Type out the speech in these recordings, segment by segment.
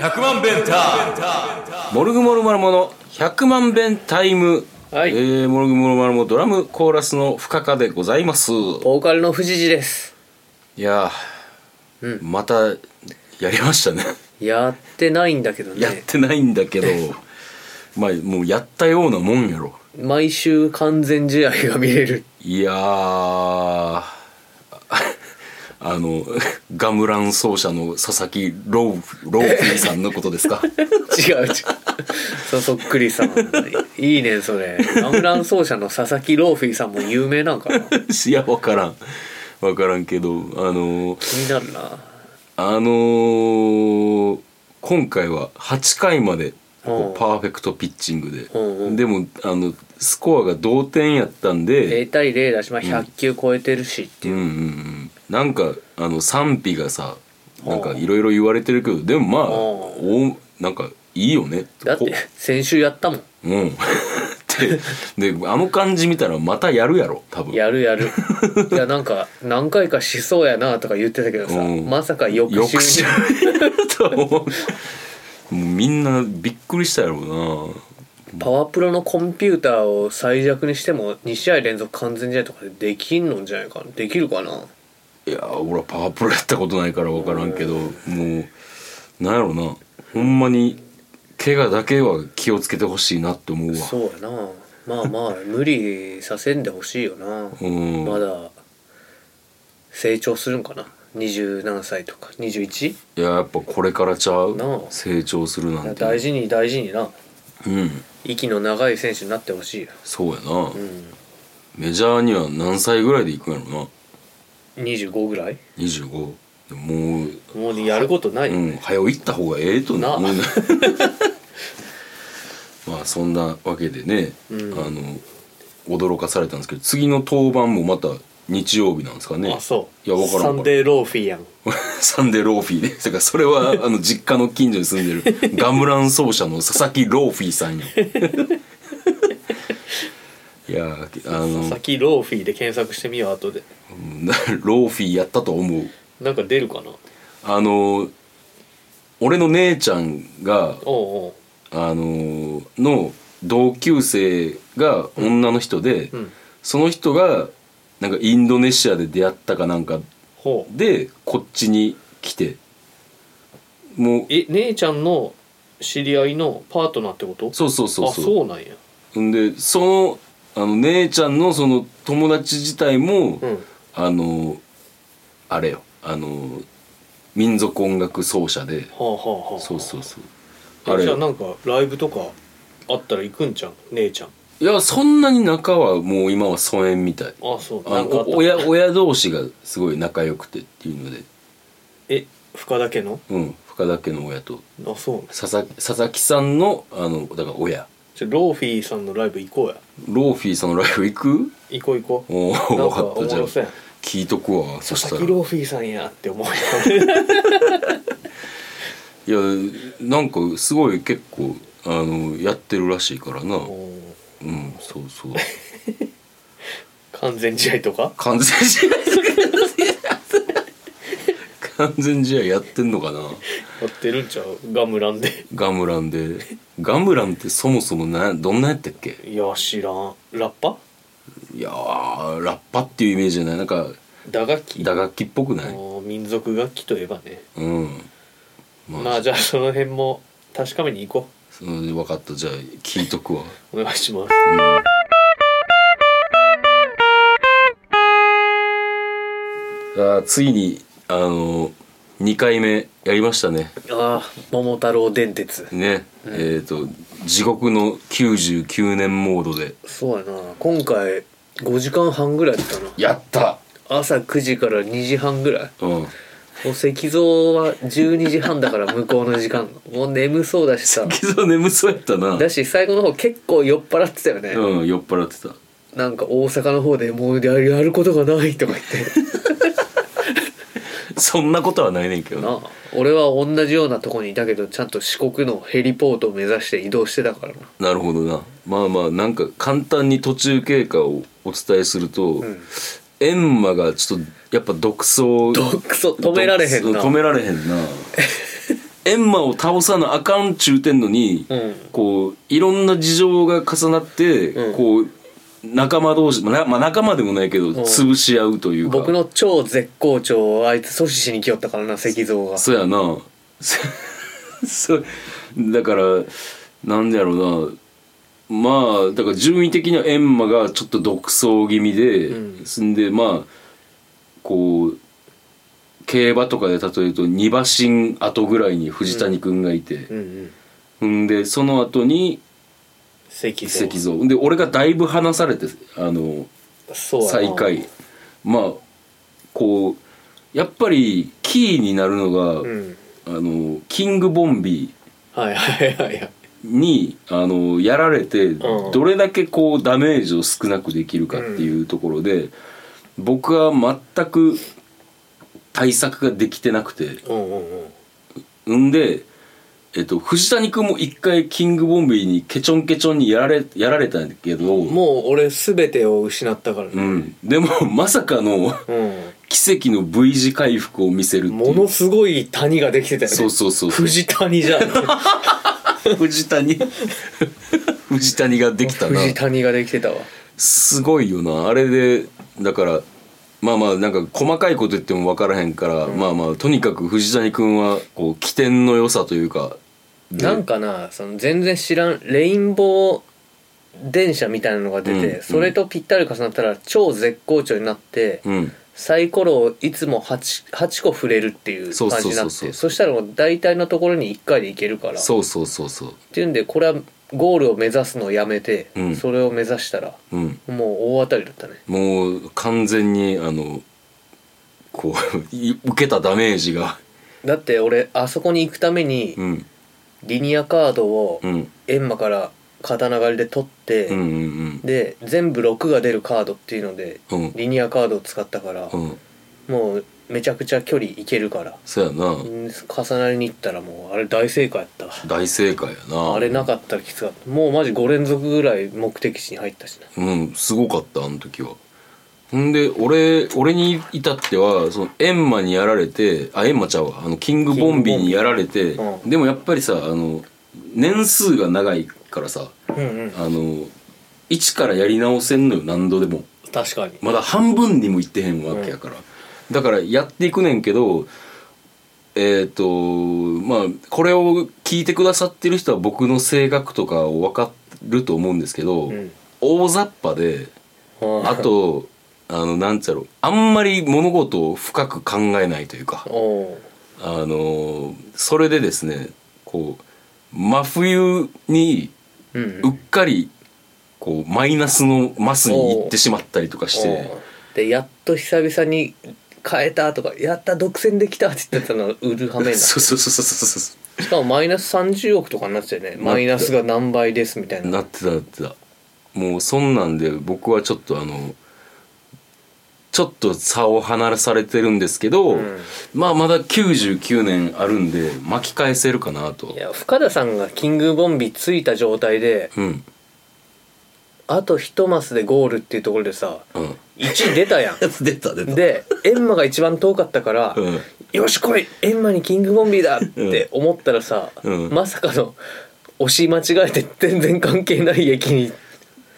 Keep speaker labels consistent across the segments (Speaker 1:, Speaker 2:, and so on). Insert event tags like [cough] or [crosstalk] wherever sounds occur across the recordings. Speaker 1: 100万弁タモルグモルマルモの100万弁タイム、
Speaker 2: はい
Speaker 1: えーモルグモルマルモドラムコーラスの深川でございます
Speaker 2: ボーカルの藤次です
Speaker 1: いやー、またやりましたね
Speaker 2: やってないんだけど
Speaker 1: やっ
Speaker 2: ね
Speaker 1: てないんだ
Speaker 2: [laughs]
Speaker 1: けどまあもうやったようなもんやろ
Speaker 2: 毎週完全試合が見
Speaker 1: [laughs]
Speaker 2: れる
Speaker 1: いやーああのガムラン奏者の佐々木ローローフィーさんのことです
Speaker 2: [laughs]
Speaker 1: か
Speaker 2: 違う違うそうそっくりさんいいねそれガムラン奏者の佐々木ローフィーさんも有名なんかな気
Speaker 1: いや分からん分からんけどあの
Speaker 2: になるな
Speaker 1: あのー今回は8回までこ
Speaker 2: うん
Speaker 1: うパーフェクトピッチングで、
Speaker 2: うんうん
Speaker 1: でもあのスコアが同点やったんで、
Speaker 2: 0対0だし、まあ、100球超えてるしって
Speaker 1: う
Speaker 2: い
Speaker 1: ん
Speaker 2: う、
Speaker 1: うんうん、なんかあの賛否がさなんかいろいろ言われてるけどでもまあおなんかいいよね
Speaker 2: だって
Speaker 1: こ
Speaker 2: 先週やったもん
Speaker 1: うん [laughs] でであの感じ見たらまたやるやろ多分
Speaker 2: やる
Speaker 1: [laughs]
Speaker 2: やるいやなんか何回かしそうやなとか言ってたけどさ、
Speaker 1: うん
Speaker 2: まさか翌週
Speaker 1: 翌
Speaker 2: に
Speaker 1: 週と思うもうみんなびっくりしたやろうな
Speaker 2: パワープロのコンピューターを最弱にしても2試合連続完全試合とかでできんのんじゃないかなできるかない
Speaker 1: やー俺はパワープロやったことないから分からんけどもうなんやろなほんまに怪我だけは気をつけてほしいなって思うわ
Speaker 2: そうやなまあまあ無理させんでほしいよな
Speaker 1: うん
Speaker 2: まだ成長するんかな27歳とか 21?
Speaker 1: いややっぱこれからちゃう
Speaker 2: なあ
Speaker 1: 成長するなんて
Speaker 2: 大事に大事にな
Speaker 1: うん
Speaker 2: 息の長い選手になってほしいよ、
Speaker 1: そうやな、
Speaker 2: う、
Speaker 1: メジャーには何歳ぐらいで行くんやろなん
Speaker 2: 25ぐらい
Speaker 1: 25でもう
Speaker 2: もうやることないよ
Speaker 1: うん、
Speaker 2: ね、
Speaker 1: 早う行った方がええとね
Speaker 2: なあ
Speaker 1: 思うね [laughs] まあそんなわけでね、あの驚かされたんですけど次の登板もまた日曜日なんですかね
Speaker 2: あそう
Speaker 1: いやわからん
Speaker 2: サンデーローフィーやん
Speaker 1: [laughs] サンデーローフィーねだからそれはあの実家の近所に住ん
Speaker 2: [laughs]
Speaker 1: でるガムラン奏者の佐々木ローフィーさんよいやーあの
Speaker 2: 佐々木ローフィーで検索してみよう後で
Speaker 1: うん [laughs] ローフィーやったと思う
Speaker 2: なんか出るかな
Speaker 1: あの俺の姉ちゃんが
Speaker 2: おうおう
Speaker 1: あのの同級生が女の人で、
Speaker 2: ん
Speaker 1: その人がなんかインドネシアで出会ったかなんか
Speaker 2: ほう
Speaker 1: でこっちに来てもう
Speaker 2: え姉ちゃんの知り合いのパートナーってこと
Speaker 1: そうそうそう
Speaker 2: あ
Speaker 1: そ
Speaker 2: そうなんや
Speaker 1: ううんでそのあの姉ちゃんのその友達自体も、
Speaker 2: うん
Speaker 1: あのあれよあの民族音楽奏者で
Speaker 2: はあはあはあ
Speaker 1: そうそうそう
Speaker 2: え
Speaker 1: あれ
Speaker 2: じゃあなんかライブとかあったら行くんじゃん姉ちゃん
Speaker 1: いやそんなに仲はもう今は疎遠みたい
Speaker 2: あそう
Speaker 1: あ
Speaker 2: なんかあ
Speaker 1: の
Speaker 2: った
Speaker 1: 親親同士がすごい仲良くてっていうので、
Speaker 2: え深田家の
Speaker 1: うん、深田家の親と
Speaker 2: あそう
Speaker 1: 佐々佐々木さんのあのだから親
Speaker 2: じゃあローフィーさんのライブ行こうや
Speaker 1: ローフィーさんのライブ行く
Speaker 2: 行こう行こう
Speaker 1: おお
Speaker 2: なん
Speaker 1: 分
Speaker 2: か
Speaker 1: かっ
Speaker 2: お
Speaker 1: た
Speaker 2: も
Speaker 1: じゃあ
Speaker 2: ろそうやん
Speaker 1: 聞いとくわそ
Speaker 2: 佐
Speaker 1: した
Speaker 2: 々
Speaker 1: ら
Speaker 2: 木
Speaker 1: い
Speaker 2: ローフィーさんやって思うよ
Speaker 1: やなんかすごい結構あのやってるらしいからなう
Speaker 2: もうん
Speaker 1: そうそう
Speaker 2: 完全試合とか
Speaker 1: 完全試合完全試合やってんのかな
Speaker 2: やってるんちゃうガムランで
Speaker 1: ガムランでガムランってそもそもなどんなやったっけ
Speaker 2: いや知らんラッパ
Speaker 1: いやーラッパっていうイメージじゃないなんか
Speaker 2: 打楽器
Speaker 1: 打楽器っぽくない
Speaker 2: もう民族楽器といえばね
Speaker 1: うん
Speaker 2: まあじゃあその辺も確かめに行こ
Speaker 1: その分かったじゃあ聞いとくわ
Speaker 2: うお願いします
Speaker 1: [laughs] あーついにあの2回目やりましたね
Speaker 2: ああ桃太郎電鉄
Speaker 1: ね、えっ、と地獄の99年モードで
Speaker 2: そうやな今回5時間半ぐらいだったな
Speaker 1: やった
Speaker 2: 朝9時から2時半ぐらい
Speaker 1: [laughs] うん
Speaker 2: もう石像は12時半だから向こうの時 [laughs] 間もう眠そうだしさ
Speaker 1: けど眠そうやったな
Speaker 2: だし最後の方結構酔っ払ってたよね、
Speaker 1: うん酔っ払ってた
Speaker 2: なんか大阪の方でもうやるやることがないとか言って
Speaker 1: [laughs] そんなことはないねんけど
Speaker 2: なあ俺は同じようなとこにいたけどちゃんと四国のヘリポートを目指して移動してたからな
Speaker 1: なるほどなまあまあなんか簡単に途中経過をお伝えすると、エンマがちょっとやっぱ独走
Speaker 2: 毒素止められへんな
Speaker 1: 止められへんなエンマを倒さなあかんちゅうてんのに、
Speaker 2: うん
Speaker 1: こういろんな事情が重なって、
Speaker 2: うん
Speaker 1: こう仲間同士、まあなまあ、仲間でもないけど潰し合うというか
Speaker 2: 僕の超絶好調をあいつ阻止しに来よったからな石像が
Speaker 1: そうやな [laughs] そそうだからなんだろうなまあだから順位的にはエンマがちょっと独走気味で、
Speaker 2: うん
Speaker 1: そんでまあこう競馬とかで例えると2馬身後ぐらいに藤谷君がいて、
Speaker 2: うんうん
Speaker 1: んでその後に
Speaker 2: 石像
Speaker 1: 石像で俺がだいぶ離されてあの
Speaker 2: そうやな
Speaker 1: 最下位まあこうやっぱりキーになるのが、
Speaker 2: うん
Speaker 1: あのキングボンビ
Speaker 2: はいはいはいはい
Speaker 1: ーにあのやられて、
Speaker 2: うん
Speaker 1: どれだけこうダメージを少なくできるかっていうところで、僕は全く対策ができてなくて
Speaker 2: うんうんうん
Speaker 1: んで、えっと、藤谷君も一回キングボンビーにケチョンケチョンにやられやられたんだけど、
Speaker 2: もう俺全てを失ったから
Speaker 1: う
Speaker 2: ね
Speaker 1: ん、でもまさかの
Speaker 2: うん
Speaker 1: 奇跡の V 字回復を見せるってい
Speaker 2: も
Speaker 1: う
Speaker 2: のすごい谷ができてたよね
Speaker 1: そうそうそうそう
Speaker 2: 藤
Speaker 1: [laughs]
Speaker 2: 谷じゃん [laughs]
Speaker 1: 藤谷 [laughs] 藤谷ができたな
Speaker 2: 藤谷ができてたわ
Speaker 1: すごいよなあれでだからまあまあなんか細かいこと言っても分からへんから、まあまあとにかく藤谷君はこう起点の良さというかで
Speaker 2: なんかなその全然知らんレインボー電車みたいなのが出て、
Speaker 1: うん
Speaker 2: それとぴったり重なったら超絶好調になって、
Speaker 1: うん
Speaker 2: サイコロをいつも 8, 8個振れるっていう
Speaker 1: そうそう
Speaker 2: 感
Speaker 1: そ
Speaker 2: じ
Speaker 1: う
Speaker 2: に
Speaker 1: そう
Speaker 2: なってそしたらもう大体のところに1回でいけるからっ
Speaker 1: そうそうそうそう
Speaker 2: ていうんでこれはゴールを目指すのをやめて、
Speaker 1: うん
Speaker 2: それを目指したら
Speaker 1: うん
Speaker 2: もう大当たりだったね
Speaker 1: もう完全にあのこう [laughs] い受けたダメージが
Speaker 2: だって俺あそこに行くために
Speaker 1: うん
Speaker 2: リニアカードを
Speaker 1: うん
Speaker 2: エンマから刀狩りで取って、
Speaker 1: うんうん
Speaker 2: で全部6が出るカードっていうので
Speaker 1: うんうん
Speaker 2: リニアカードを使ったから、
Speaker 1: うん
Speaker 2: もうめちゃくちゃ距離いけるから、
Speaker 1: そうやな
Speaker 2: うん重なりに行ったらもうあれ大正解やったわ
Speaker 1: 大正解やな
Speaker 2: あれなかったらきつかったもうマジ5連続ぐらい目的地に入ったしな
Speaker 1: うんすごかったあの時はほんで俺俺に至ってはそのエンマにやられてあエンマちゃうわあのキングボンビーにやられて、
Speaker 2: グボンビーうん
Speaker 1: でもやっぱりさあの年数が長いからさ
Speaker 2: うんうん
Speaker 1: あの一からやり直せんのよ何度でも
Speaker 2: 確かに
Speaker 1: まだ半分にもいってへんわけやから、だからやっていくねんけどえっ、とまあこれを聞いてくださってる人は僕の性格とかを分かると思うんですけど、
Speaker 2: うん
Speaker 1: 大雑把であとあのなんつうやろあんまり物事を深く考えないというか
Speaker 2: おおう
Speaker 1: あのそれでですねこう真冬に
Speaker 2: うんうん
Speaker 1: うっかりこうマイナスのマスに行ってしまったりとかして
Speaker 2: おうでやっと久々に変えたとか「やった独占できた」って言ってたのが売るはめにな
Speaker 1: [laughs] そうそうそうそうそうそ
Speaker 2: しかもマイナス30億とかになってたよねマイナスが何倍ですみたいうな
Speaker 1: なってたなってたもうそんなんで僕はちょっとあのちょっと差を離されてるんですけど、
Speaker 2: うん
Speaker 1: まあまだ99年あるんで巻き返せるかなと
Speaker 2: いや深田さんがキングボンビついた状態で
Speaker 1: うん
Speaker 2: あと一マスでゴールっていうところでさ
Speaker 1: うん
Speaker 2: 1出たやん
Speaker 1: 出た出
Speaker 2: でエンマが一番遠かったから、
Speaker 1: うん
Speaker 2: よし来いエンマにキングボンビーだって思ったらさ、
Speaker 1: うん
Speaker 2: まさかの押し間違えて全然関係ない駅に行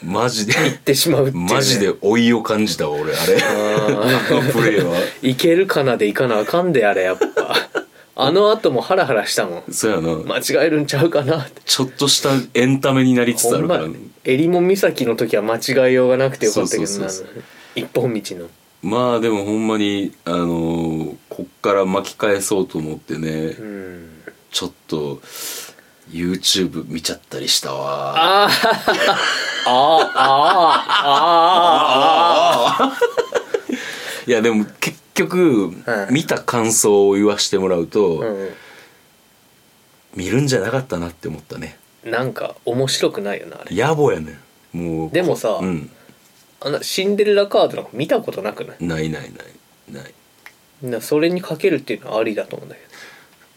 Speaker 1: マジで
Speaker 2: ってしまうっていう、ね、
Speaker 1: マジで老いを感じたわ俺あれあの [laughs] プレーは
Speaker 2: 行けるかなで行かなあかんであれやっ
Speaker 1: [laughs]
Speaker 2: ぱあの後もハラハラしたもん
Speaker 1: そうやな
Speaker 2: 間違えるんちゃうかなって
Speaker 1: ちょっとしたエンタメになりつつ
Speaker 2: ほ
Speaker 1: あ
Speaker 2: ん
Speaker 1: る
Speaker 2: ま
Speaker 1: からね
Speaker 2: 襟裳岬の時は間違えようがなくてよかったけど
Speaker 1: そう
Speaker 2: な
Speaker 1: そうそう
Speaker 2: 一本道の
Speaker 1: まあでもほんまにあのーこっから巻き返そうと思ってね、
Speaker 2: うん
Speaker 1: ちょっと YouTube 見ちゃったりしたわ
Speaker 2: ああああああ
Speaker 1: いやでも結局、
Speaker 2: うん
Speaker 1: 見た感想を言わしてもらうと、
Speaker 2: う
Speaker 1: 見るんじゃなかったなって思ったね
Speaker 2: んなんか面白くないよなあれ
Speaker 1: 野暮やねんもう
Speaker 2: でもさ、
Speaker 1: うん
Speaker 2: あのシンデレラカードなんか見たことなくない
Speaker 1: ないないないない
Speaker 2: なそれにかけるっていうのはありだと思うんだけ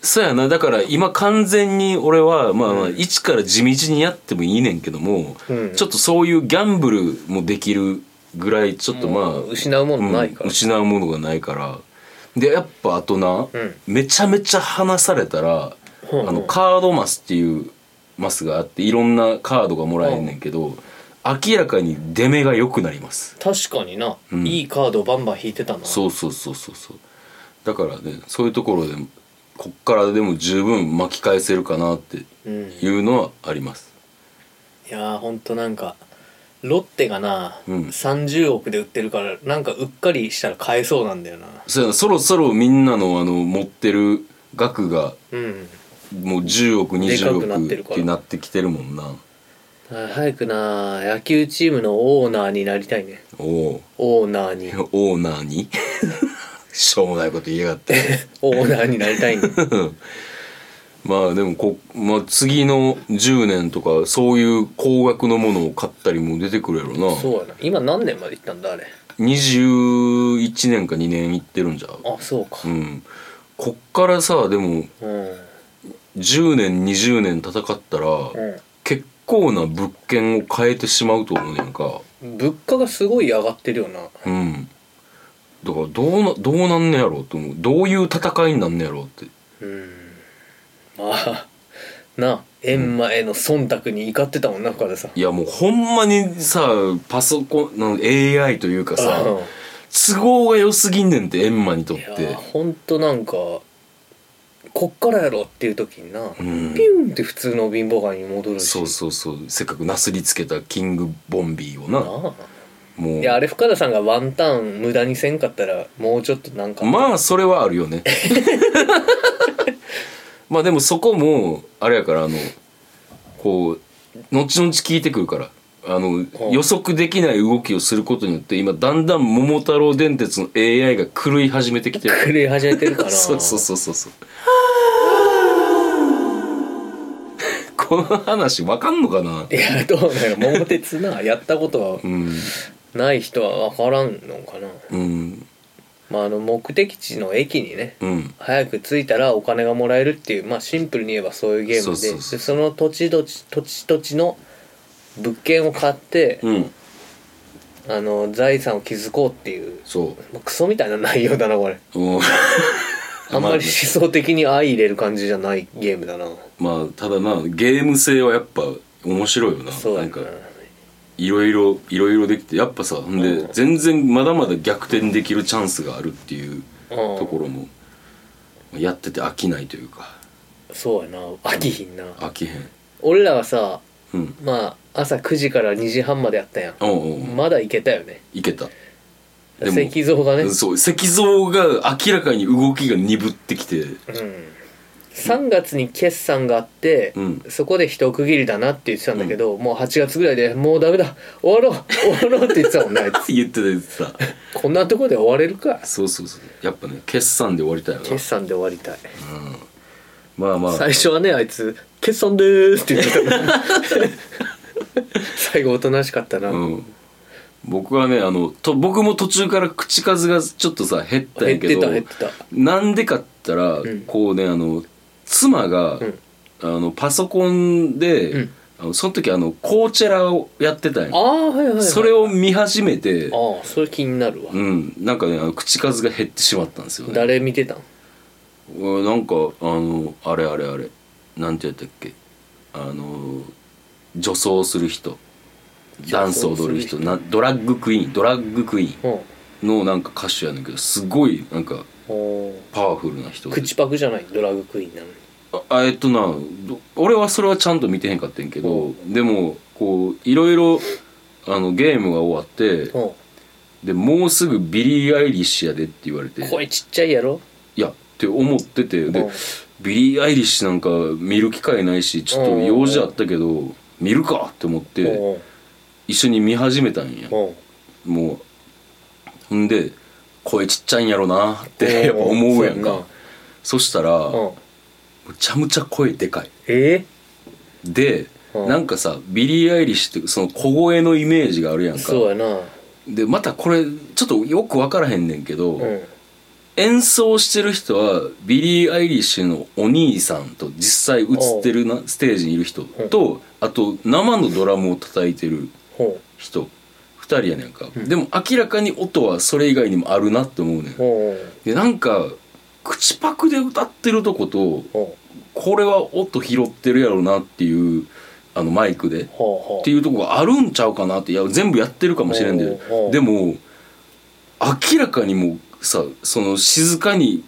Speaker 1: そうやなだから今完全に俺はまあまあ
Speaker 2: うん
Speaker 1: 一から地道にやってもいいねんけども、
Speaker 2: うん
Speaker 1: ちょっとそういうギャンブルもできるぐらいちょっとまあ
Speaker 2: もう失うものないから、
Speaker 1: うん失うものがないからでやっぱあとな、
Speaker 2: うん
Speaker 1: めちゃめちゃ話されたら、
Speaker 2: うんうん
Speaker 1: あのカードマスっていうマスがあっていろんなカードがもらえんねんけど、明らかに出目が良くなります
Speaker 2: 確かにな、
Speaker 1: うん
Speaker 2: いいカードバンバン引いてたな
Speaker 1: そうそうそうそうそうだからねそういうところでこっからでも十分巻き返せるかなって
Speaker 2: うん、い
Speaker 1: いうのはあります
Speaker 2: やーほんとなんかロッテがな、
Speaker 1: うん
Speaker 2: 30億で売ってるからなんかうっかりしたら買えそうなんだよな
Speaker 1: そうやなそろそろみんなのあの持ってる額が
Speaker 2: うん
Speaker 1: もう10億
Speaker 2: でか
Speaker 1: 20
Speaker 2: くなって
Speaker 1: 億
Speaker 2: るから
Speaker 1: ってなってきてるもんな
Speaker 2: あ早くな野球チームのオーナーになりたいね
Speaker 1: おお
Speaker 2: オーナーに
Speaker 1: [laughs] オーナーに [laughs] しょうもないこと言いやがって
Speaker 2: [laughs] オーナーになりた
Speaker 1: [laughs]
Speaker 2: いね
Speaker 1: まあでもこ、まあ、次の10年とかそういう高額のものを買ったりも出てくるやろ
Speaker 2: そう
Speaker 1: な
Speaker 2: やな今何年まで行ったんだあれ
Speaker 1: 21年か2年いってるんじゃう
Speaker 2: あそうか
Speaker 1: うんこっからさでも
Speaker 2: うんうん
Speaker 1: 10年20年戦ったら、結構な物件を変えてしまうと思うねんか
Speaker 2: 物価がすごい上がってるよな
Speaker 1: うんだからどうなどうなんねやろうと思うどういう戦いになんねやろうって
Speaker 2: うんまあな円前の忖度に怒ってたもんな深田さん
Speaker 1: いやもうほんまにさパソコンの AI というかさ
Speaker 2: うん
Speaker 1: 都合が良すぎんねんってエンマにとっ
Speaker 2: いや
Speaker 1: て
Speaker 2: ほんとなんかこっからやろっていう時にな、
Speaker 1: うん
Speaker 2: ピュンって普通の貧乏街に戻るし
Speaker 1: そうそうそうせっかくなすりつけたキングボンビーをな
Speaker 2: なあ
Speaker 1: も
Speaker 2: いやあ
Speaker 1: う
Speaker 2: れ深田さんがワンタン無駄にせんかったらもうちょっとなんか
Speaker 1: まあそれはある
Speaker 2: [laughs]
Speaker 1: よねまあでもそこもあれやからあのこう後々聞いてくるからあの
Speaker 2: ほう
Speaker 1: 予測できない動きをすることによって今だんだん桃太郎電鉄の AI が狂い始めてきてる
Speaker 2: 狂い始めてるか
Speaker 1: [laughs]
Speaker 2: ら
Speaker 1: そうそうそうそうそうこの話わかんのかない
Speaker 2: やどうなの桃鉄なやったことは
Speaker 1: うん
Speaker 2: ない人は分からんのかな、
Speaker 1: うん
Speaker 2: まあ、あの目的地の駅にね
Speaker 1: うん
Speaker 2: 早く着いたらお金がもらえるっていうまあシンプルに言えばそういうゲーム
Speaker 1: そ
Speaker 2: で
Speaker 1: うそうそう
Speaker 2: でその土地土地土地土地の物件を買って、
Speaker 1: うん
Speaker 2: あの財産を築こうっていう、
Speaker 1: そ
Speaker 2: まあクソみたいな内容だなこれ
Speaker 1: ううん
Speaker 2: あんまり思想的に相入れる感じじゃないゲームだな
Speaker 1: まあただなゲーム性はやっぱ面白いよな
Speaker 2: そう
Speaker 1: な
Speaker 2: や
Speaker 1: ん
Speaker 2: な
Speaker 1: かいろいろいろいろできてやっぱさほんで、
Speaker 2: うん
Speaker 1: 全然まだまだ逆転できるチャンスがあるっていう
Speaker 2: うん
Speaker 1: ところも、やってて飽きないというか
Speaker 2: そうやな飽きひんな
Speaker 1: 飽きへん
Speaker 2: 俺らはさ
Speaker 1: うん
Speaker 2: まあ朝9時から2時半までやったやん
Speaker 1: おうおう、
Speaker 2: まだ行けたよね
Speaker 1: いけたでも
Speaker 2: 石像がね
Speaker 1: そう石像が明らかに動きが鈍ってきて
Speaker 2: うん、3月に決算があって、
Speaker 1: うん
Speaker 2: そこで一区切りだなって言ってたんだけど、もう8月ぐらいで「もうダメだ終わろう終わろう」って言ってたもんねあいつ
Speaker 1: 言ってた言って
Speaker 2: こんなとこで終われるか
Speaker 1: たそうそうそうやっぱね決算で終わりたいよな
Speaker 2: 決算で終わりたい、
Speaker 1: まあまあ
Speaker 2: 最初はねあいつ「決算でーす」って言ってたもん
Speaker 1: [laughs]
Speaker 2: 最後おとなしかったな、
Speaker 1: うん僕はねあのと僕も途中から口数がちょっとさ減ったん
Speaker 2: 減
Speaker 1: や
Speaker 2: っ
Speaker 1: け
Speaker 2: て
Speaker 1: ど
Speaker 2: た減ってた
Speaker 1: なんでかって言ったら、
Speaker 2: ん
Speaker 1: こうねあの妻が、
Speaker 2: ん
Speaker 1: あのパソコンで、
Speaker 2: うん
Speaker 1: あのその時あのコーチェラをやってたん
Speaker 2: あ
Speaker 1: や
Speaker 2: あはいはい、はい、
Speaker 1: それを見始めて
Speaker 2: ああそれ気になるわ、
Speaker 1: うんなんかねあの口数が減ってしまったんですよね
Speaker 2: 誰見てたん
Speaker 1: うわなんかあのあれあれあれなんてやったっけあの女装する人ダンス踊る人
Speaker 2: 女装する人
Speaker 1: なドラッグクイーンドラッグクイー
Speaker 2: うん
Speaker 1: ンのなんか歌手やねんけどすごいなんか
Speaker 2: おー
Speaker 1: パワフルな人で
Speaker 2: 口パクじゃないドラッグクイーンなのに
Speaker 1: ああえっとなど俺はそれはちゃんと見てへんかったんやけどでもこういろいろあのゲームが終わって
Speaker 2: う
Speaker 1: でもうすぐビリー・アイリッシュやでって言われて
Speaker 2: ん声ちっちゃいやろ
Speaker 1: いやって思ってて
Speaker 2: う
Speaker 1: で
Speaker 2: ん
Speaker 1: ビリー・アイリッシュなんか見る機会ないしちょっと用事あったけど見るかって思って
Speaker 2: うん
Speaker 1: 一緒に見始めたんや
Speaker 2: うん
Speaker 1: もうほんで声ちっちゃいんやろなってやっぱ思うやん
Speaker 2: そう
Speaker 1: かそしたら
Speaker 2: なう
Speaker 1: む
Speaker 2: ん
Speaker 1: ちゃむちゃ声でかい
Speaker 2: え
Speaker 1: で
Speaker 2: うん
Speaker 1: なんかさビリー・アイリッシュってその小声のイメージがあるやんか
Speaker 2: そうやな
Speaker 1: でまたこれちょっとよく分からへんねんけど、
Speaker 2: うん
Speaker 1: 演奏してる人はビリー・アイリッシュのお兄さんと実際映ってるなステージにいる人とあと生のドラムを叩いてる
Speaker 2: ほ
Speaker 1: 人2人やねんか、でも明らかに音はそれ以外にもあるなって思うねん
Speaker 2: おう
Speaker 1: でなんか口パクで歌ってるとこと
Speaker 2: おう
Speaker 1: これは音拾ってるやろうなっていうあのマイクでっ
Speaker 2: ほうほう
Speaker 1: ていうとこがあるんちゃうかなっていや全部やってるかもしれんで
Speaker 2: おうおう
Speaker 1: でも明らかにもうさその静かに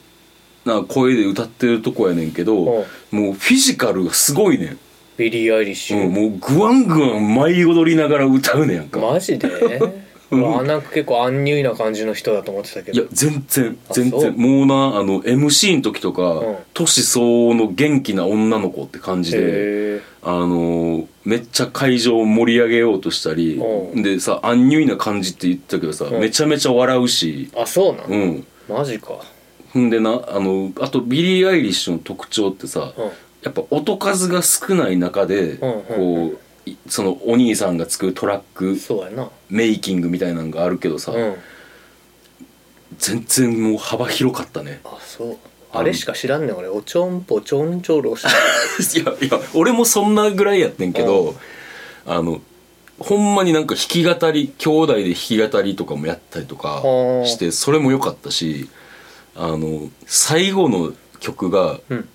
Speaker 1: な声で歌ってるとこやねんけど
Speaker 2: おう
Speaker 1: もうフィジカルがすごいね
Speaker 2: ビリー・アイリッシ
Speaker 1: ん、
Speaker 2: ュ、
Speaker 1: うん、もうグワングワン舞い踊りながら歌うねやんか
Speaker 2: マジで俺あなんか結構アンニュイな感じの人だと思ってたけ
Speaker 1: いや
Speaker 2: ど
Speaker 1: 全然
Speaker 2: あ
Speaker 1: 全
Speaker 2: そう
Speaker 1: 然もうなあの MC の時と
Speaker 2: うん
Speaker 1: か年相応の元気な女の子って感じで
Speaker 2: へえ
Speaker 1: あのーめっちゃ会場を盛り上げようとしたり
Speaker 2: うん
Speaker 1: でさアンニュイな感じって言ってたけどさ
Speaker 2: うん
Speaker 1: めちゃめちゃ笑うし
Speaker 2: あそうなの、
Speaker 1: うん
Speaker 2: マジか
Speaker 1: ほんでなあのあとビリー・アイリッシュの特徴ってさ
Speaker 2: うん
Speaker 1: やっぱ音数が少ない中で
Speaker 2: うんうん
Speaker 1: こういそのお兄さんが作るトラック
Speaker 2: そうやな
Speaker 1: メイキングみたいなのがあるけどさ
Speaker 2: うん
Speaker 1: 全然もう幅広かったね
Speaker 2: あそうあれしか知らんねん俺おちょんぽちょんちょろしか
Speaker 1: いや [laughs] いや俺もそんなぐらいやってんけどあのほんまになんか弾き語り兄弟で弾き語りとかもやったりとか
Speaker 2: ほう
Speaker 1: してそれも良かったしあの最後の曲が
Speaker 2: うん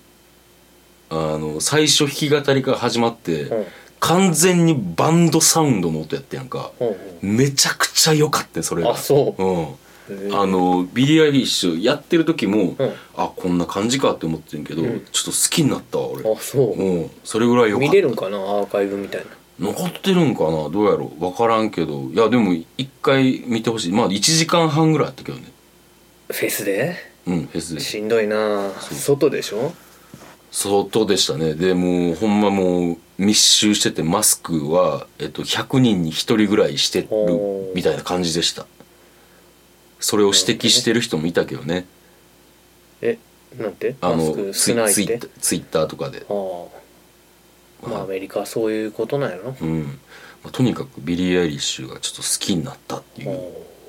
Speaker 1: あの最初弾き語りから始まって、
Speaker 2: うん
Speaker 1: 完全にバンドサウンドの音やってやんか、
Speaker 2: うん
Speaker 1: めちゃくちゃ良かったよそれが、
Speaker 2: あそううんへ
Speaker 1: ん、
Speaker 2: え
Speaker 1: あのビリー・アイリッシュやってる時も、
Speaker 2: うん
Speaker 1: あこんな感じかって思ってんけど、
Speaker 2: うん
Speaker 1: ちょっと好きになったわ俺
Speaker 2: あそう、
Speaker 1: うんそれぐらい良かっ
Speaker 2: 見
Speaker 1: た
Speaker 2: れるんかなアーカイブみたいな
Speaker 1: 残ってるんかなどうやろう分からんけどいやでも一回見てほしいまあ1時間半ぐらいあったけどね
Speaker 2: フェスで
Speaker 1: うんフェスで
Speaker 2: しんどいな外でしょ
Speaker 1: 外でしたねでもうほんまもう密集しててマスクは、えっと、100人に1人ぐらいしてる
Speaker 2: おー
Speaker 1: みたいな感じでしたそれを指摘してる人もいたけどね
Speaker 2: えなんて
Speaker 1: あ
Speaker 2: マス
Speaker 1: の
Speaker 2: ク
Speaker 1: ツ
Speaker 2: 少
Speaker 1: イ
Speaker 2: ないっ
Speaker 1: ツイ
Speaker 2: て
Speaker 1: ッターツイッターとかで
Speaker 2: ああまあアメリカはそういうことなんやろ
Speaker 1: うん、まあとにかくビリー・アイリッシュがちょっと好きになったってい
Speaker 2: お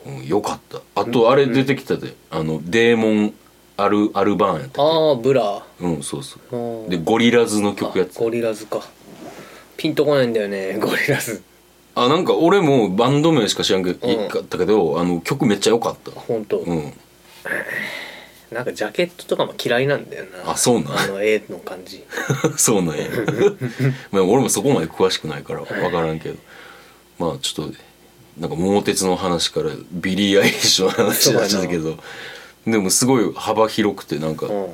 Speaker 1: う、
Speaker 2: う
Speaker 1: うん、よかったあとあれ出てきたで、あのデーモン・アルアルバーンやったっ
Speaker 2: ああブラ
Speaker 1: けうんそうそう
Speaker 2: うん
Speaker 1: でゴリラズの曲やってた
Speaker 2: ゴリラズかピンとこないんだよねゴリラズ
Speaker 1: あなんか俺もバンド名しか知らんけど、
Speaker 2: うん
Speaker 1: かったけどあの曲めっちゃ良かった
Speaker 2: 本当、
Speaker 1: うん
Speaker 2: なんかジャケットとかも嫌いなんだよな
Speaker 1: あそうなん
Speaker 2: [laughs] あの絵の感じ
Speaker 1: そうなん
Speaker 2: [laughs]
Speaker 1: やまあ俺もそこまで詳しくないから分からんけどまあちょっとなんか桃鉄の話からビリー・アイリッシュの話になっちゃったけどでもすごい幅広くてなんか
Speaker 2: う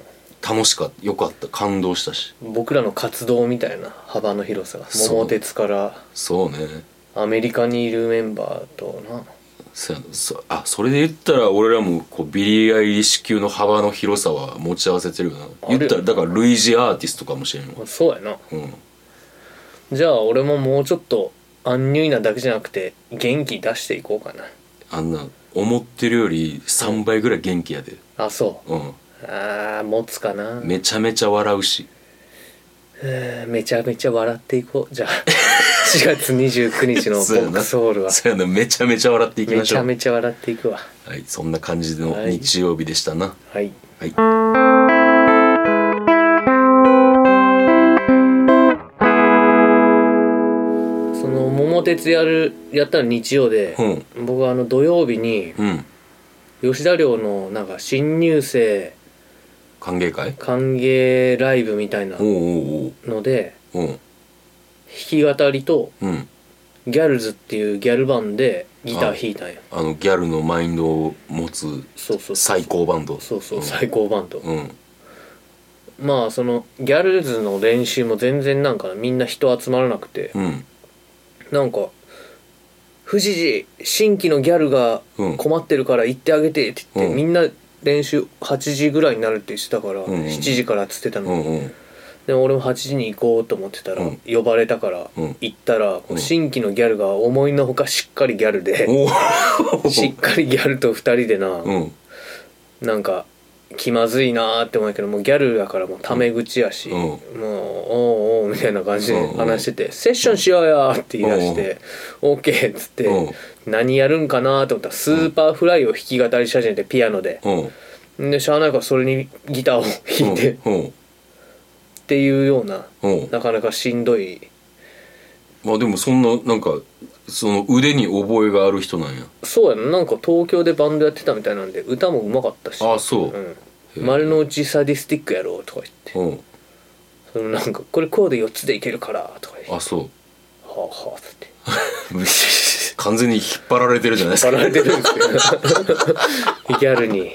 Speaker 1: 楽しかったよかった感動したし
Speaker 2: ん僕らの活動みたいな幅の広さが
Speaker 1: そう
Speaker 2: 桃鉄から
Speaker 1: そうね
Speaker 2: アメリカにいるメンバーとな
Speaker 1: そやなそあそれで言ったら俺らもこうビリー・アイリッシュ級の幅の広さは持ち合わせてるよな
Speaker 2: あるよ
Speaker 1: 言ったらだから類似アーティストかもしれんわ
Speaker 2: あそうやな
Speaker 1: うん
Speaker 2: じゃあ俺ももうちょっとアンニュイなだけじゃなくて元気出していこうかな
Speaker 1: あんな思ってるより3倍ぐらい元気やで
Speaker 2: あそ
Speaker 1: うん
Speaker 2: うあー持つかなめ
Speaker 1: めちゃめちゃ笑うし
Speaker 2: めちゃめちゃ笑っていこうじゃあ [laughs] 4月29日のボ
Speaker 1: そうや
Speaker 2: ッ
Speaker 1: な
Speaker 2: クスホールは
Speaker 1: そうやなめちゃめちゃ笑っていき
Speaker 2: め
Speaker 1: まし
Speaker 2: ち
Speaker 1: ょ
Speaker 2: ゃ
Speaker 1: う
Speaker 2: めちゃ笑っていくわ
Speaker 1: はいそんな感じの日曜日でしたな
Speaker 2: はい
Speaker 1: はい、
Speaker 2: その桃鉄やるやったら日曜で、
Speaker 1: うん
Speaker 2: 僕はあの土曜日に
Speaker 1: うん
Speaker 2: 吉田寮のなんか新入生
Speaker 1: 歓迎会
Speaker 2: 歓迎ライブみたいな
Speaker 1: おうおう
Speaker 2: ので
Speaker 1: おううん
Speaker 2: 弾き語りと
Speaker 1: うん
Speaker 2: ギャルズっていうギャルバンドでギター弾いたんよ
Speaker 1: あのギャルのマインドを持つ
Speaker 2: そうそう
Speaker 1: 最高バンド
Speaker 2: そうそう
Speaker 1: うん
Speaker 2: 最高バンド、
Speaker 1: うん
Speaker 2: まあそのギャルズの練習も全然なんかなみんな人集まらなくて、
Speaker 1: うん
Speaker 2: なんか「富士寺新規のギャルが
Speaker 1: うん
Speaker 2: 困ってるから行ってあげて」って言って、
Speaker 1: うん
Speaker 2: みんな練習8時ぐらいになるって言ってたから、
Speaker 1: んうん
Speaker 2: 7時からっつってたの、
Speaker 1: うんうん
Speaker 2: でも俺も8時に行こうと思ってたら、
Speaker 1: うん
Speaker 2: 呼ばれたから、
Speaker 1: うん
Speaker 2: 行ったらこう
Speaker 1: うん
Speaker 2: 新規のギャルが思いのほかしっかりギャルで、
Speaker 1: おお
Speaker 2: しっかりギャルと2人でな、
Speaker 1: うん
Speaker 2: なんか気まずいなーって思うけどもうギャルだからもうタメ口やし、
Speaker 1: うん
Speaker 2: もうおうおうみたいな感じで
Speaker 1: うん
Speaker 2: 話してて「セッションしようよ」って言い出して「OK」っつって、
Speaker 1: うん
Speaker 2: 何やるんかなーって思ったらスーパーフライを弾き語りし始めてピアノで、
Speaker 1: うん
Speaker 2: でしゃあないからそれにギターを弾いてっ
Speaker 1: うん
Speaker 2: ていうような
Speaker 1: うん
Speaker 2: なかなかしんどい
Speaker 1: まあでもそんななんかその腕に覚えがある人なんや
Speaker 2: そうやななんか東京でバンドやってたみたいなんで歌もうまかったし
Speaker 1: あそう
Speaker 2: うん、丸の内サディスティックやろうとか言って
Speaker 1: うん
Speaker 2: そのなんかこれコード4つでいけるからとか言っては
Speaker 1: あ
Speaker 2: [laughs]
Speaker 1: そう
Speaker 2: あはあっつって
Speaker 1: 完全に引っ張られてるじゃないです
Speaker 2: 笑
Speaker 1: か
Speaker 2: われてるんですけどギャルに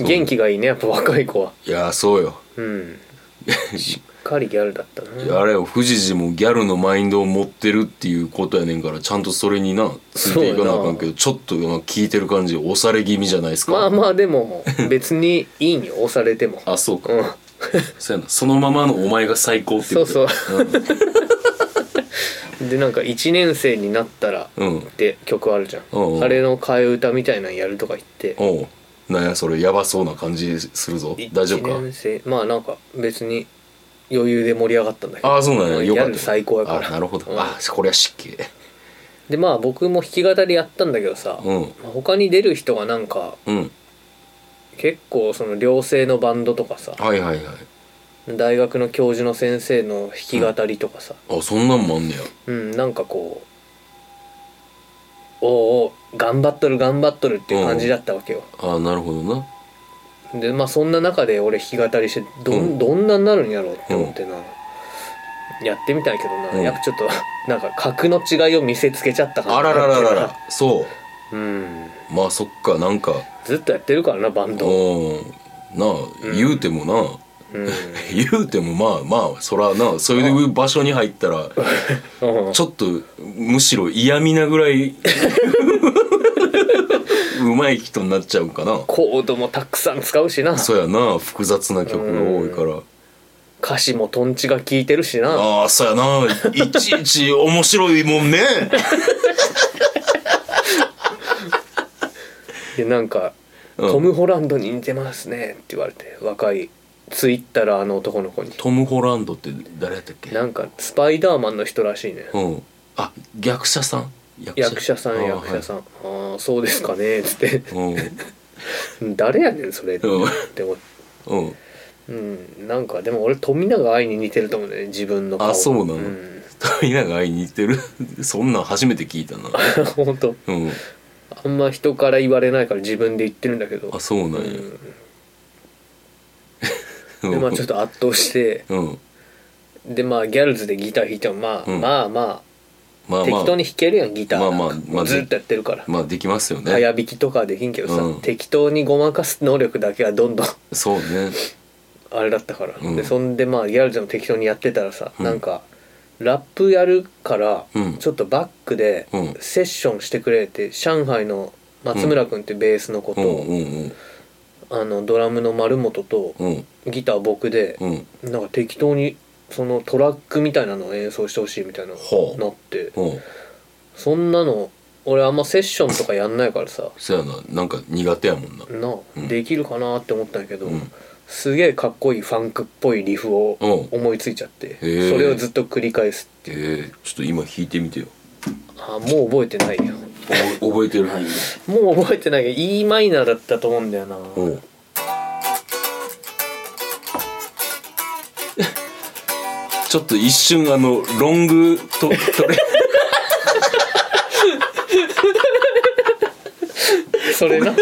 Speaker 1: う
Speaker 2: 元気がいいねやっぱ若い子はい
Speaker 1: やそうよ
Speaker 2: うんしっかりギャルだったない
Speaker 1: やあれよ藤次もギャルのマインドを持ってるっていうことやねんからちゃんとそれになついていかなあかんけ
Speaker 2: そう
Speaker 1: どちょっとなんか聞いてる感じ押され気味じゃないですか
Speaker 2: まあまあでも別にいいに押されても
Speaker 1: あそうか、
Speaker 2: うん
Speaker 1: そうやなそのままのお前が最高ってい
Speaker 2: そううそう
Speaker 1: う、
Speaker 2: でなんか1年生になったら
Speaker 1: うん
Speaker 2: って曲あるじゃん、
Speaker 1: うんうん
Speaker 2: あれの替え歌みたいなのやるとか言って
Speaker 1: おうなんやそれやばそうな感じするぞ大丈夫
Speaker 2: 1
Speaker 1: か
Speaker 2: 年生まあなんか別に余裕で盛り上がったんだけど
Speaker 1: ああそうなんやよか
Speaker 2: や
Speaker 1: った
Speaker 2: る最高やから
Speaker 1: あなるほど、
Speaker 2: うん
Speaker 1: あこれは失敬
Speaker 2: でまあ僕も弾き語りやったんだけどさ、
Speaker 1: うん
Speaker 2: まあ他に出る人がなんか
Speaker 1: うん
Speaker 2: 結構その寮生のバンドとかさ
Speaker 1: はいはいはい
Speaker 2: 大学の教授の先生の弾き語りとかさ
Speaker 1: あそんなんもあんねや
Speaker 2: うん、なんかこうおうおう頑張っとる頑張っとるっていう感じだったわけよ、
Speaker 1: ああなるほどな
Speaker 2: でまあそんな中で俺弾き語りしてど,、、
Speaker 1: うんん
Speaker 2: どんなになるんやろうって思ってな、やってみたんやけどな、
Speaker 1: うん
Speaker 2: やっぱちょっと [laughs] なんか格の違いを見せつけちゃった
Speaker 1: あ
Speaker 2: から
Speaker 1: ららららそ
Speaker 2: うん
Speaker 1: うまあそっかなんか
Speaker 2: ずっとやってるからなバンド
Speaker 1: うんなあ言うてもな、
Speaker 2: うん、
Speaker 1: 言うてもまあまあそらなそういう場所に入った
Speaker 2: [laughs]
Speaker 1: ら
Speaker 2: うん
Speaker 1: ちょっとむしろ嫌味なぐらい [laughs] うまい人になっちゃうかな
Speaker 2: コードもたくさん使うしな
Speaker 1: そうやな複雑な曲が多いから
Speaker 2: 歌詞もトンチが効いてるしな
Speaker 1: ああそうやないちいち面白いも
Speaker 2: [laughs]
Speaker 1: んね
Speaker 2: でなんか、
Speaker 1: うん
Speaker 2: トム・ホランドに似てますね」って言われて若いツイッターらあの男の子に
Speaker 1: トム・ホランドって誰やったっけ
Speaker 2: なんかスパイダーマンの人らしいね
Speaker 1: うんあ役者さん役
Speaker 2: 役者さ
Speaker 1: あ
Speaker 2: ん
Speaker 1: ー
Speaker 2: 役者さんああーそうですかねっつって
Speaker 1: はい
Speaker 2: [laughs] 誰やねんそれって
Speaker 1: うん
Speaker 2: 思って
Speaker 1: うんうん
Speaker 2: うんなんかでも俺富永愛に似てると思うんだよね自分の顔
Speaker 1: あそうなの
Speaker 2: ん、 [laughs]
Speaker 1: 富永愛に似てる [laughs] そんなん初めて聞いたな
Speaker 2: 本当
Speaker 1: うん
Speaker 2: あんま人から言われないから自分で言ってるんだけど
Speaker 1: あそうなんやう
Speaker 2: でまあちょっと圧倒して
Speaker 1: うん
Speaker 2: でまあギャルズでギター弾いてもまあ、
Speaker 1: うん
Speaker 2: まあま
Speaker 1: まあ
Speaker 2: あ
Speaker 1: ま
Speaker 2: 適当
Speaker 1: あ
Speaker 2: に弾けるやんギターなんか、
Speaker 1: まあまあまあ
Speaker 2: ずっとやってるから、
Speaker 1: まあできますよね
Speaker 2: 早弾きとかはできんけどさ、
Speaker 1: うん
Speaker 2: 適当にごまかす能力だけはどんどん [laughs]
Speaker 1: そうね
Speaker 2: あれだったから、
Speaker 1: うん
Speaker 2: でそんでまあギャルズも適当にやってたらさ、
Speaker 1: うん
Speaker 2: なんかラップやるから
Speaker 1: うん
Speaker 2: ちょっとバックで
Speaker 1: うん
Speaker 2: セッションしてくれって上海の松村君ってベースの子
Speaker 1: うんう
Speaker 2: と、
Speaker 1: ん
Speaker 2: あのドラムの丸本と
Speaker 1: うんうん
Speaker 2: ギター僕で、
Speaker 1: うん
Speaker 2: なんか適当にそのトラックみたいなのを演奏してほしいみたいな
Speaker 1: ほう
Speaker 2: なって
Speaker 1: うん
Speaker 2: そんなの俺あんまセッションとかやんないからさ
Speaker 1: そやななんか苦手やもんな
Speaker 2: なあ、
Speaker 1: うん
Speaker 2: できるかなって思ったんやけど、
Speaker 1: うん
Speaker 2: すげえかっこいいファンクっぽいリフを
Speaker 1: うん
Speaker 2: 思いついちゃって、
Speaker 1: ー
Speaker 2: それをずっと繰り返す
Speaker 1: えー、ちょっと今弾いてみてよ
Speaker 2: あもう覚えてないよ
Speaker 1: 覚えてる
Speaker 2: もう覚えてないけど E マイナーだったと思うんだよな
Speaker 1: おうちょっと一瞬あのロングとトレ [laughs]
Speaker 2: それな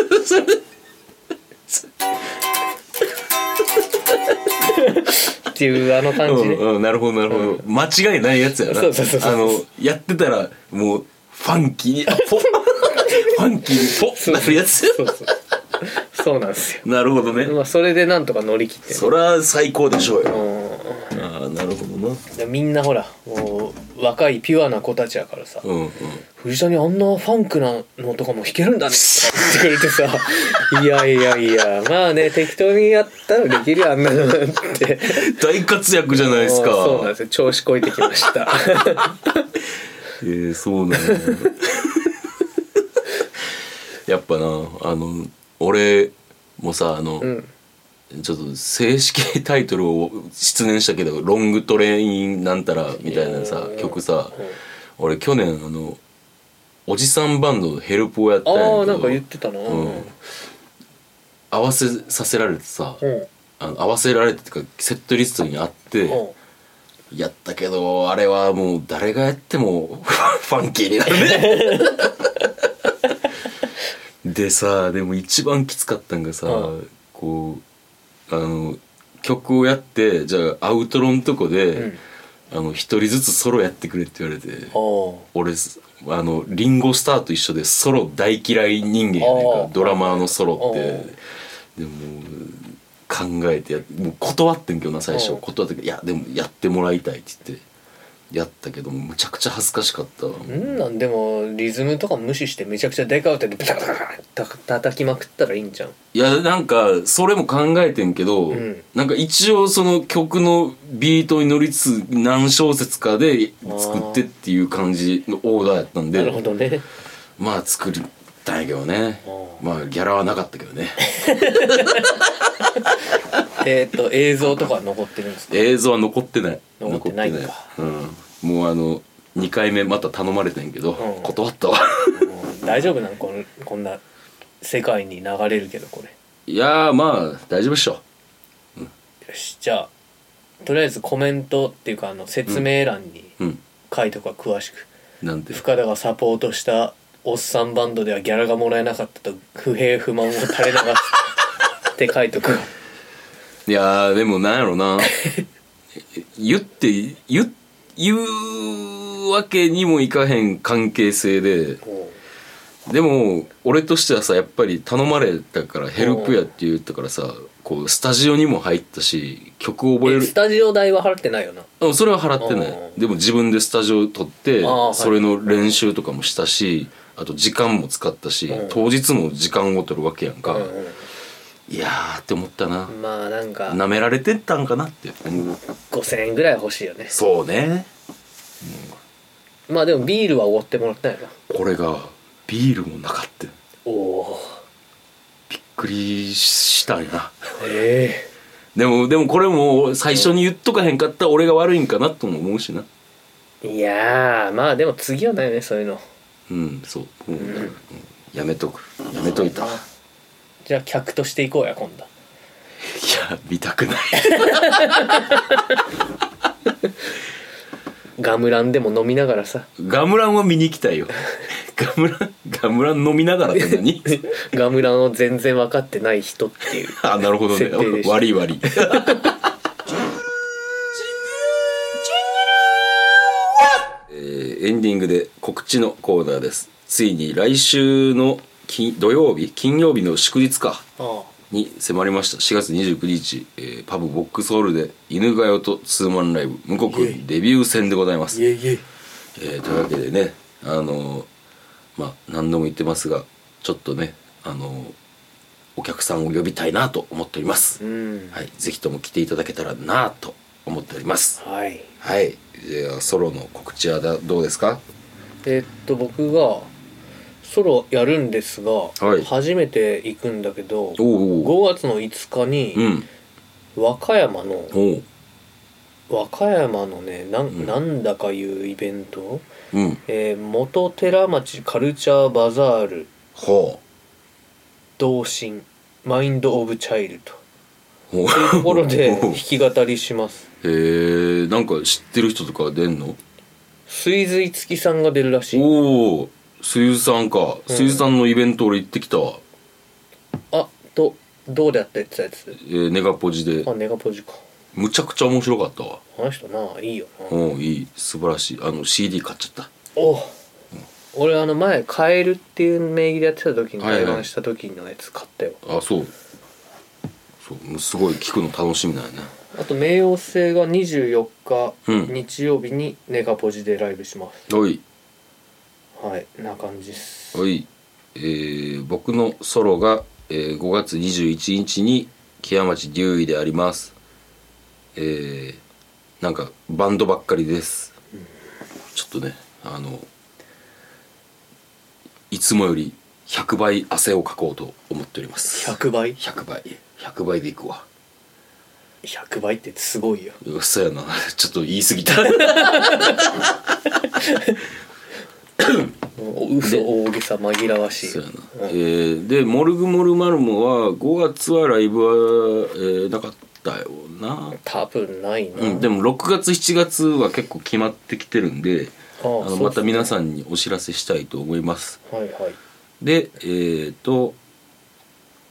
Speaker 2: っていうあの感じね、
Speaker 1: うんうん、なるほどなるほど、間違いないやつやな
Speaker 2: そうそうそうそう
Speaker 1: あのやってたらもうファンキーにあ
Speaker 2: [laughs]
Speaker 1: ポッファンキーにポッなるやつ
Speaker 2: そうそうそうなんです
Speaker 1: なるほどね、
Speaker 2: よ、まあ、それでなんとか乗り切って
Speaker 1: そりゃ最高でしょうよ、
Speaker 2: うん
Speaker 1: ああなるほどな
Speaker 2: でみんなほらもう若いピュアな子たちやからさ
Speaker 1: うんうん
Speaker 2: 藤谷あんなファンクなのとかも弾けるんだねとか言ってくれてさいやいやいやまあね適当にやったらできるよあんなのって
Speaker 1: 大活躍じゃないですか
Speaker 2: そうなんですよ調子こいてきました
Speaker 1: [laughs] えー、そう
Speaker 2: [laughs]
Speaker 1: なんややっぱなあの俺もさあの、
Speaker 2: ん
Speaker 1: ちょっと正式タイトルを失念したけど「ロングトレインなんたら」みたいなさ
Speaker 2: うん
Speaker 1: 曲さ、俺去年あのおじさんバンドのヘルプをやったんやけ
Speaker 2: あ
Speaker 1: ど
Speaker 2: あなんか言ってたなう
Speaker 1: うん
Speaker 2: ん、
Speaker 1: 合わせさせられてさ、
Speaker 2: うん
Speaker 1: あの合わせられてっていうかセットリストにあって、やったけどあれはもう誰がやっても [laughs] ファンキーになるね [laughs] でさでも一番きつかったんがさ、
Speaker 2: うん
Speaker 1: こうあの曲をやってじゃあアウトロのとこで、
Speaker 2: うん
Speaker 1: あの一人ずつソロやってくれって言われて
Speaker 2: お
Speaker 1: 俺あのリンゴスターと一緒でソロ大嫌い人間やねん
Speaker 2: あ
Speaker 1: か
Speaker 2: ー
Speaker 1: ドラマーのソロっ
Speaker 2: あ
Speaker 1: てでも考えてやっもう断ってんけどな最初
Speaker 2: うん
Speaker 1: 断ったけど「いやでもやってもらいたい」って言ってやったけどもむちゃくちゃ恥ずかしかったわもう
Speaker 2: うんなんでもリズムとか無視してめちゃくちゃでかい歌でブタブタブタブタ叩きまくったらいいんじゃん
Speaker 1: いやなんかそれも考えてんけど、
Speaker 2: うん
Speaker 1: なんか一応その曲のビートに乗りつつ何小節かで作ってっていう感じのオーダーやったんで
Speaker 2: なるほどね
Speaker 1: まあ作りたんやけどね
Speaker 2: うん
Speaker 1: まあギャラはなかったけどね
Speaker 2: えっと映像とか残ってるんですか
Speaker 1: 映像は残ってない
Speaker 2: 残ってないか
Speaker 1: 残ってないうん、もうあの2回目また頼まれてんけど、
Speaker 2: うん
Speaker 1: 断ったわ [laughs]
Speaker 2: うん大丈夫なんこんこんな世界に流れるけどこれ
Speaker 1: いやーまあ大丈夫っしょ
Speaker 2: よしじゃあとりあえずコメントっていうかあの説明欄に
Speaker 1: うん
Speaker 2: 書いとか詳しく、
Speaker 1: なんて
Speaker 2: 深田がサポートしたおっさんバンドではギャラがもらえなかったと不平不満を垂れ流すって書いとく
Speaker 1: いやーでもなんやろな [laughs] 言って言言うわけにもいかへん関係性ででも俺としてはさやっぱり頼まれたからヘルプやって言ったからさこうスタジオにも入ったし曲を覚え
Speaker 2: え
Speaker 1: る
Speaker 2: スタジオ代は払ってないよな
Speaker 1: あそれは払ってな
Speaker 2: おう
Speaker 1: いでも自分でスタジオ撮って
Speaker 2: あーはい
Speaker 1: それの練習とかもしたしあと時間も使ったし
Speaker 2: うん
Speaker 1: 当日も時間を取るわけやんか
Speaker 2: うん
Speaker 1: いやーって思ったな
Speaker 2: うんまあなんか
Speaker 1: 舐められてったんかなって思う
Speaker 2: 5,000円ぐらい欲しいよね
Speaker 1: そうね
Speaker 2: まあでもビールはおごってもらったんやな
Speaker 1: これがビールもなかったびっ
Speaker 2: おお
Speaker 1: くりしたんやな
Speaker 2: え
Speaker 1: でもでもこれも最初に言っとかへんかったら俺が悪いんかなとも思うしな
Speaker 2: えいやーまあでも次はないよねそういうの
Speaker 1: うんそう、うんうんやめとくやめといたい
Speaker 2: じゃあ客としていこうや今度
Speaker 1: や見たくない
Speaker 2: ガムランでも飲みながらさ
Speaker 1: ガムランは見に行きたいよ [laughs] ガムランガムラン飲みながらって
Speaker 2: [laughs]
Speaker 1: 何
Speaker 2: ガムランを全然分かってない人っていう
Speaker 1: あなるほどね
Speaker 2: 設定でした
Speaker 1: 悪い
Speaker 2: [laughs]
Speaker 1: 悪いえーエンディングで告知のコーナーですついに来週の金土曜日金曜日の祝日か
Speaker 2: あ
Speaker 1: に迫りました4月29日、えーパブボックスホールで犬がよとツーマンライブ無国デビュー戦でございます
Speaker 2: えいえ
Speaker 1: えーというわけでねあのーまあ何度も言ってますがちょっとねあのーお客さんを呼びたいなと思っております、
Speaker 2: うん
Speaker 1: はい、ぜひとも来ていただけたらなと思っております
Speaker 2: はい
Speaker 1: はいじゃあソロの告知はだどうですか
Speaker 2: えっと僕がソロやるんですが、
Speaker 1: はい
Speaker 2: 初めて行くんだけ
Speaker 1: おう
Speaker 2: ど
Speaker 1: おう
Speaker 2: 5月の5日
Speaker 1: う
Speaker 2: に
Speaker 1: ん
Speaker 2: 和歌山の
Speaker 1: おう
Speaker 2: 和歌山のねなん,、
Speaker 1: ん
Speaker 2: なんだかいうイベント、
Speaker 1: うん
Speaker 2: えー元寺町カルチャーバザール
Speaker 1: ほ
Speaker 2: 童心マインド・オブ・チャイルド
Speaker 1: う [laughs] ほう
Speaker 2: というところで
Speaker 1: お
Speaker 2: 弾
Speaker 1: う
Speaker 2: き語りします
Speaker 1: へえんか知ってる人とか出んの
Speaker 2: 水髄月さんが出るらしい
Speaker 1: おお水さんか水さんのイベント俺行ってきたわ、
Speaker 2: あとどうでやってたやつ
Speaker 1: えーネガポジで
Speaker 2: あネガポジか
Speaker 1: むちゃくちゃ面白かったわ
Speaker 2: あの人ないいよな
Speaker 1: うんいい素晴らしいあの CD 買っちゃっ
Speaker 2: お俺あの前カエルっていう名義でやってた時に
Speaker 1: はいは
Speaker 2: 対
Speaker 1: い
Speaker 2: バンした時のやつ買ったよ、
Speaker 1: たあそうそうもうすごい聞くの楽しみなんやね
Speaker 2: あと冥王星が24日、
Speaker 1: うん
Speaker 2: 日曜日にネガポジでライブします
Speaker 1: おい
Speaker 2: はいな感じっす
Speaker 1: おい、えー僕のソロが、えー5月21日に木屋町竜医でありますえーなんかバンドばっかりです、ちょっとねあのいつもより100倍汗をかこうと思っております
Speaker 2: 100倍
Speaker 1: 100倍100倍でいくわ
Speaker 2: 100倍ってすごいよ
Speaker 1: うっそやな [laughs] ちょっと言い過ぎた
Speaker 2: 嘘大げさ紛らわしい
Speaker 1: そうやな、
Speaker 2: うん
Speaker 1: えーで「モルグモルマルモ」は5月はライブは、えーなかっったよな、
Speaker 2: 多分ないな、
Speaker 1: うん、でも6月7月は結構決まってきてるんで
Speaker 2: あ
Speaker 1: あ
Speaker 2: あ
Speaker 1: の
Speaker 2: そう
Speaker 1: ま
Speaker 2: ったすね
Speaker 1: 皆さんにお知らせしたいと思います
Speaker 2: はいはい
Speaker 1: でえっ、と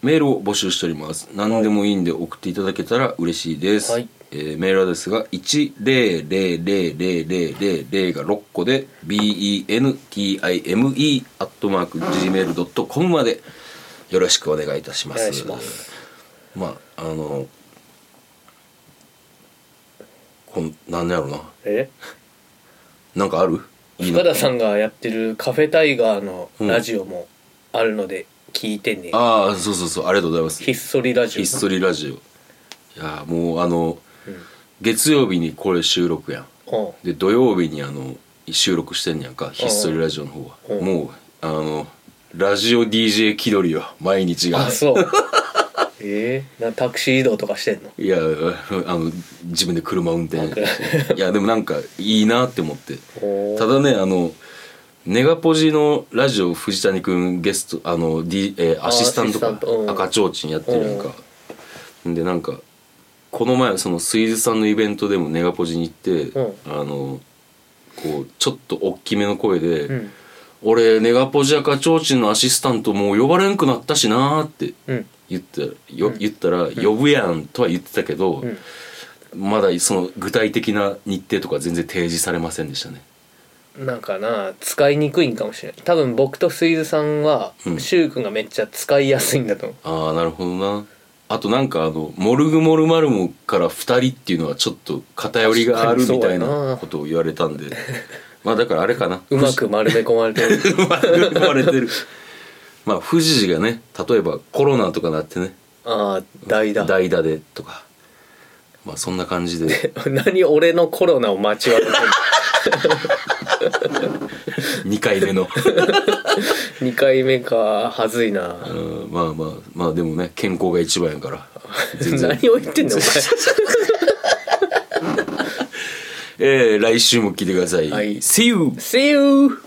Speaker 1: メールを募集しております何でもいいんで送っていただけたら嬉しいです、
Speaker 2: はい
Speaker 1: えーメールアドレスが1000000が6個で bentime.gmail.com までよろしくお願いいたします
Speaker 2: お願いします
Speaker 1: まああのこんなんやろな
Speaker 2: え
Speaker 1: なんかあるいいの
Speaker 2: 深田さんがやってるカフェタイガーのラジオもあるので聞いてね、
Speaker 1: ああそうそうそうありがとうございます
Speaker 2: ひっそりラジオ
Speaker 1: ひっそりラジオいやーもうあの、
Speaker 2: ん
Speaker 1: 月曜日にこれ収録やん
Speaker 2: うん
Speaker 1: で土曜日にあの収録してんやんかひっそりラジオの方は、
Speaker 2: うん
Speaker 1: もうあのラジオ DJ 気取りよ毎日が
Speaker 2: あそう [laughs] えー、なタクシー移動とかしてんの
Speaker 1: いやあの自分で車運転
Speaker 2: なんか
Speaker 1: いやでもなんかいいなって思って
Speaker 2: おー
Speaker 1: ただねあのネガポジのラジオ藤谷君ゲストあの、D えーアシスタント
Speaker 2: アシスタントうん
Speaker 1: か赤ちょうちんやってるやんか、ん、でなんかこの前そのスイズさんのイベントでもネガポジに行って、
Speaker 2: うん
Speaker 1: あのこうちょっと大きめの声で「
Speaker 2: うん
Speaker 1: 俺ネガポジ赤ちょうちんのアシスタントもう呼ばれんくなったしな」って
Speaker 2: うん
Speaker 1: 言ったよ、言ったら「呼ぶやん」とは言ってたけど、
Speaker 2: うん
Speaker 1: まだその具体的な日程とか全然提示されませんでしたね。
Speaker 2: なんかな使いにくいんかもしれない多分僕とスイズさんは、
Speaker 1: うん
Speaker 2: シュウ君がめっちゃ使いやすいんだと思
Speaker 1: ああなるほどなあとなんかあの「モルグモルマルモ」から2人っていうのはちょっと偏りがある
Speaker 2: 確か
Speaker 1: み
Speaker 2: にそ
Speaker 1: た
Speaker 2: う
Speaker 1: い
Speaker 2: やな
Speaker 1: なことを言われたんで [laughs] まあだからあれかな
Speaker 2: [laughs] ううまく丸め込まれてる
Speaker 1: [laughs] 生まれてる [laughs] まあ富士がね例えばコロナとかなってね
Speaker 2: ああ代打
Speaker 1: 代打でとかまあそんな感じで
Speaker 2: [laughs] 何俺のコロナを待ちわびてる
Speaker 1: 2回目の
Speaker 2: 2回目かはずいな
Speaker 1: うんまあまあまあでもね健康が一番やから全然
Speaker 2: 何を
Speaker 1: [laughs]
Speaker 2: 言ってんだお
Speaker 1: えー来週も聞いてください、
Speaker 2: はい
Speaker 1: See you!
Speaker 2: 前 See you!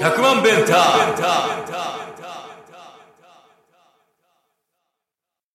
Speaker 1: 100万ベンター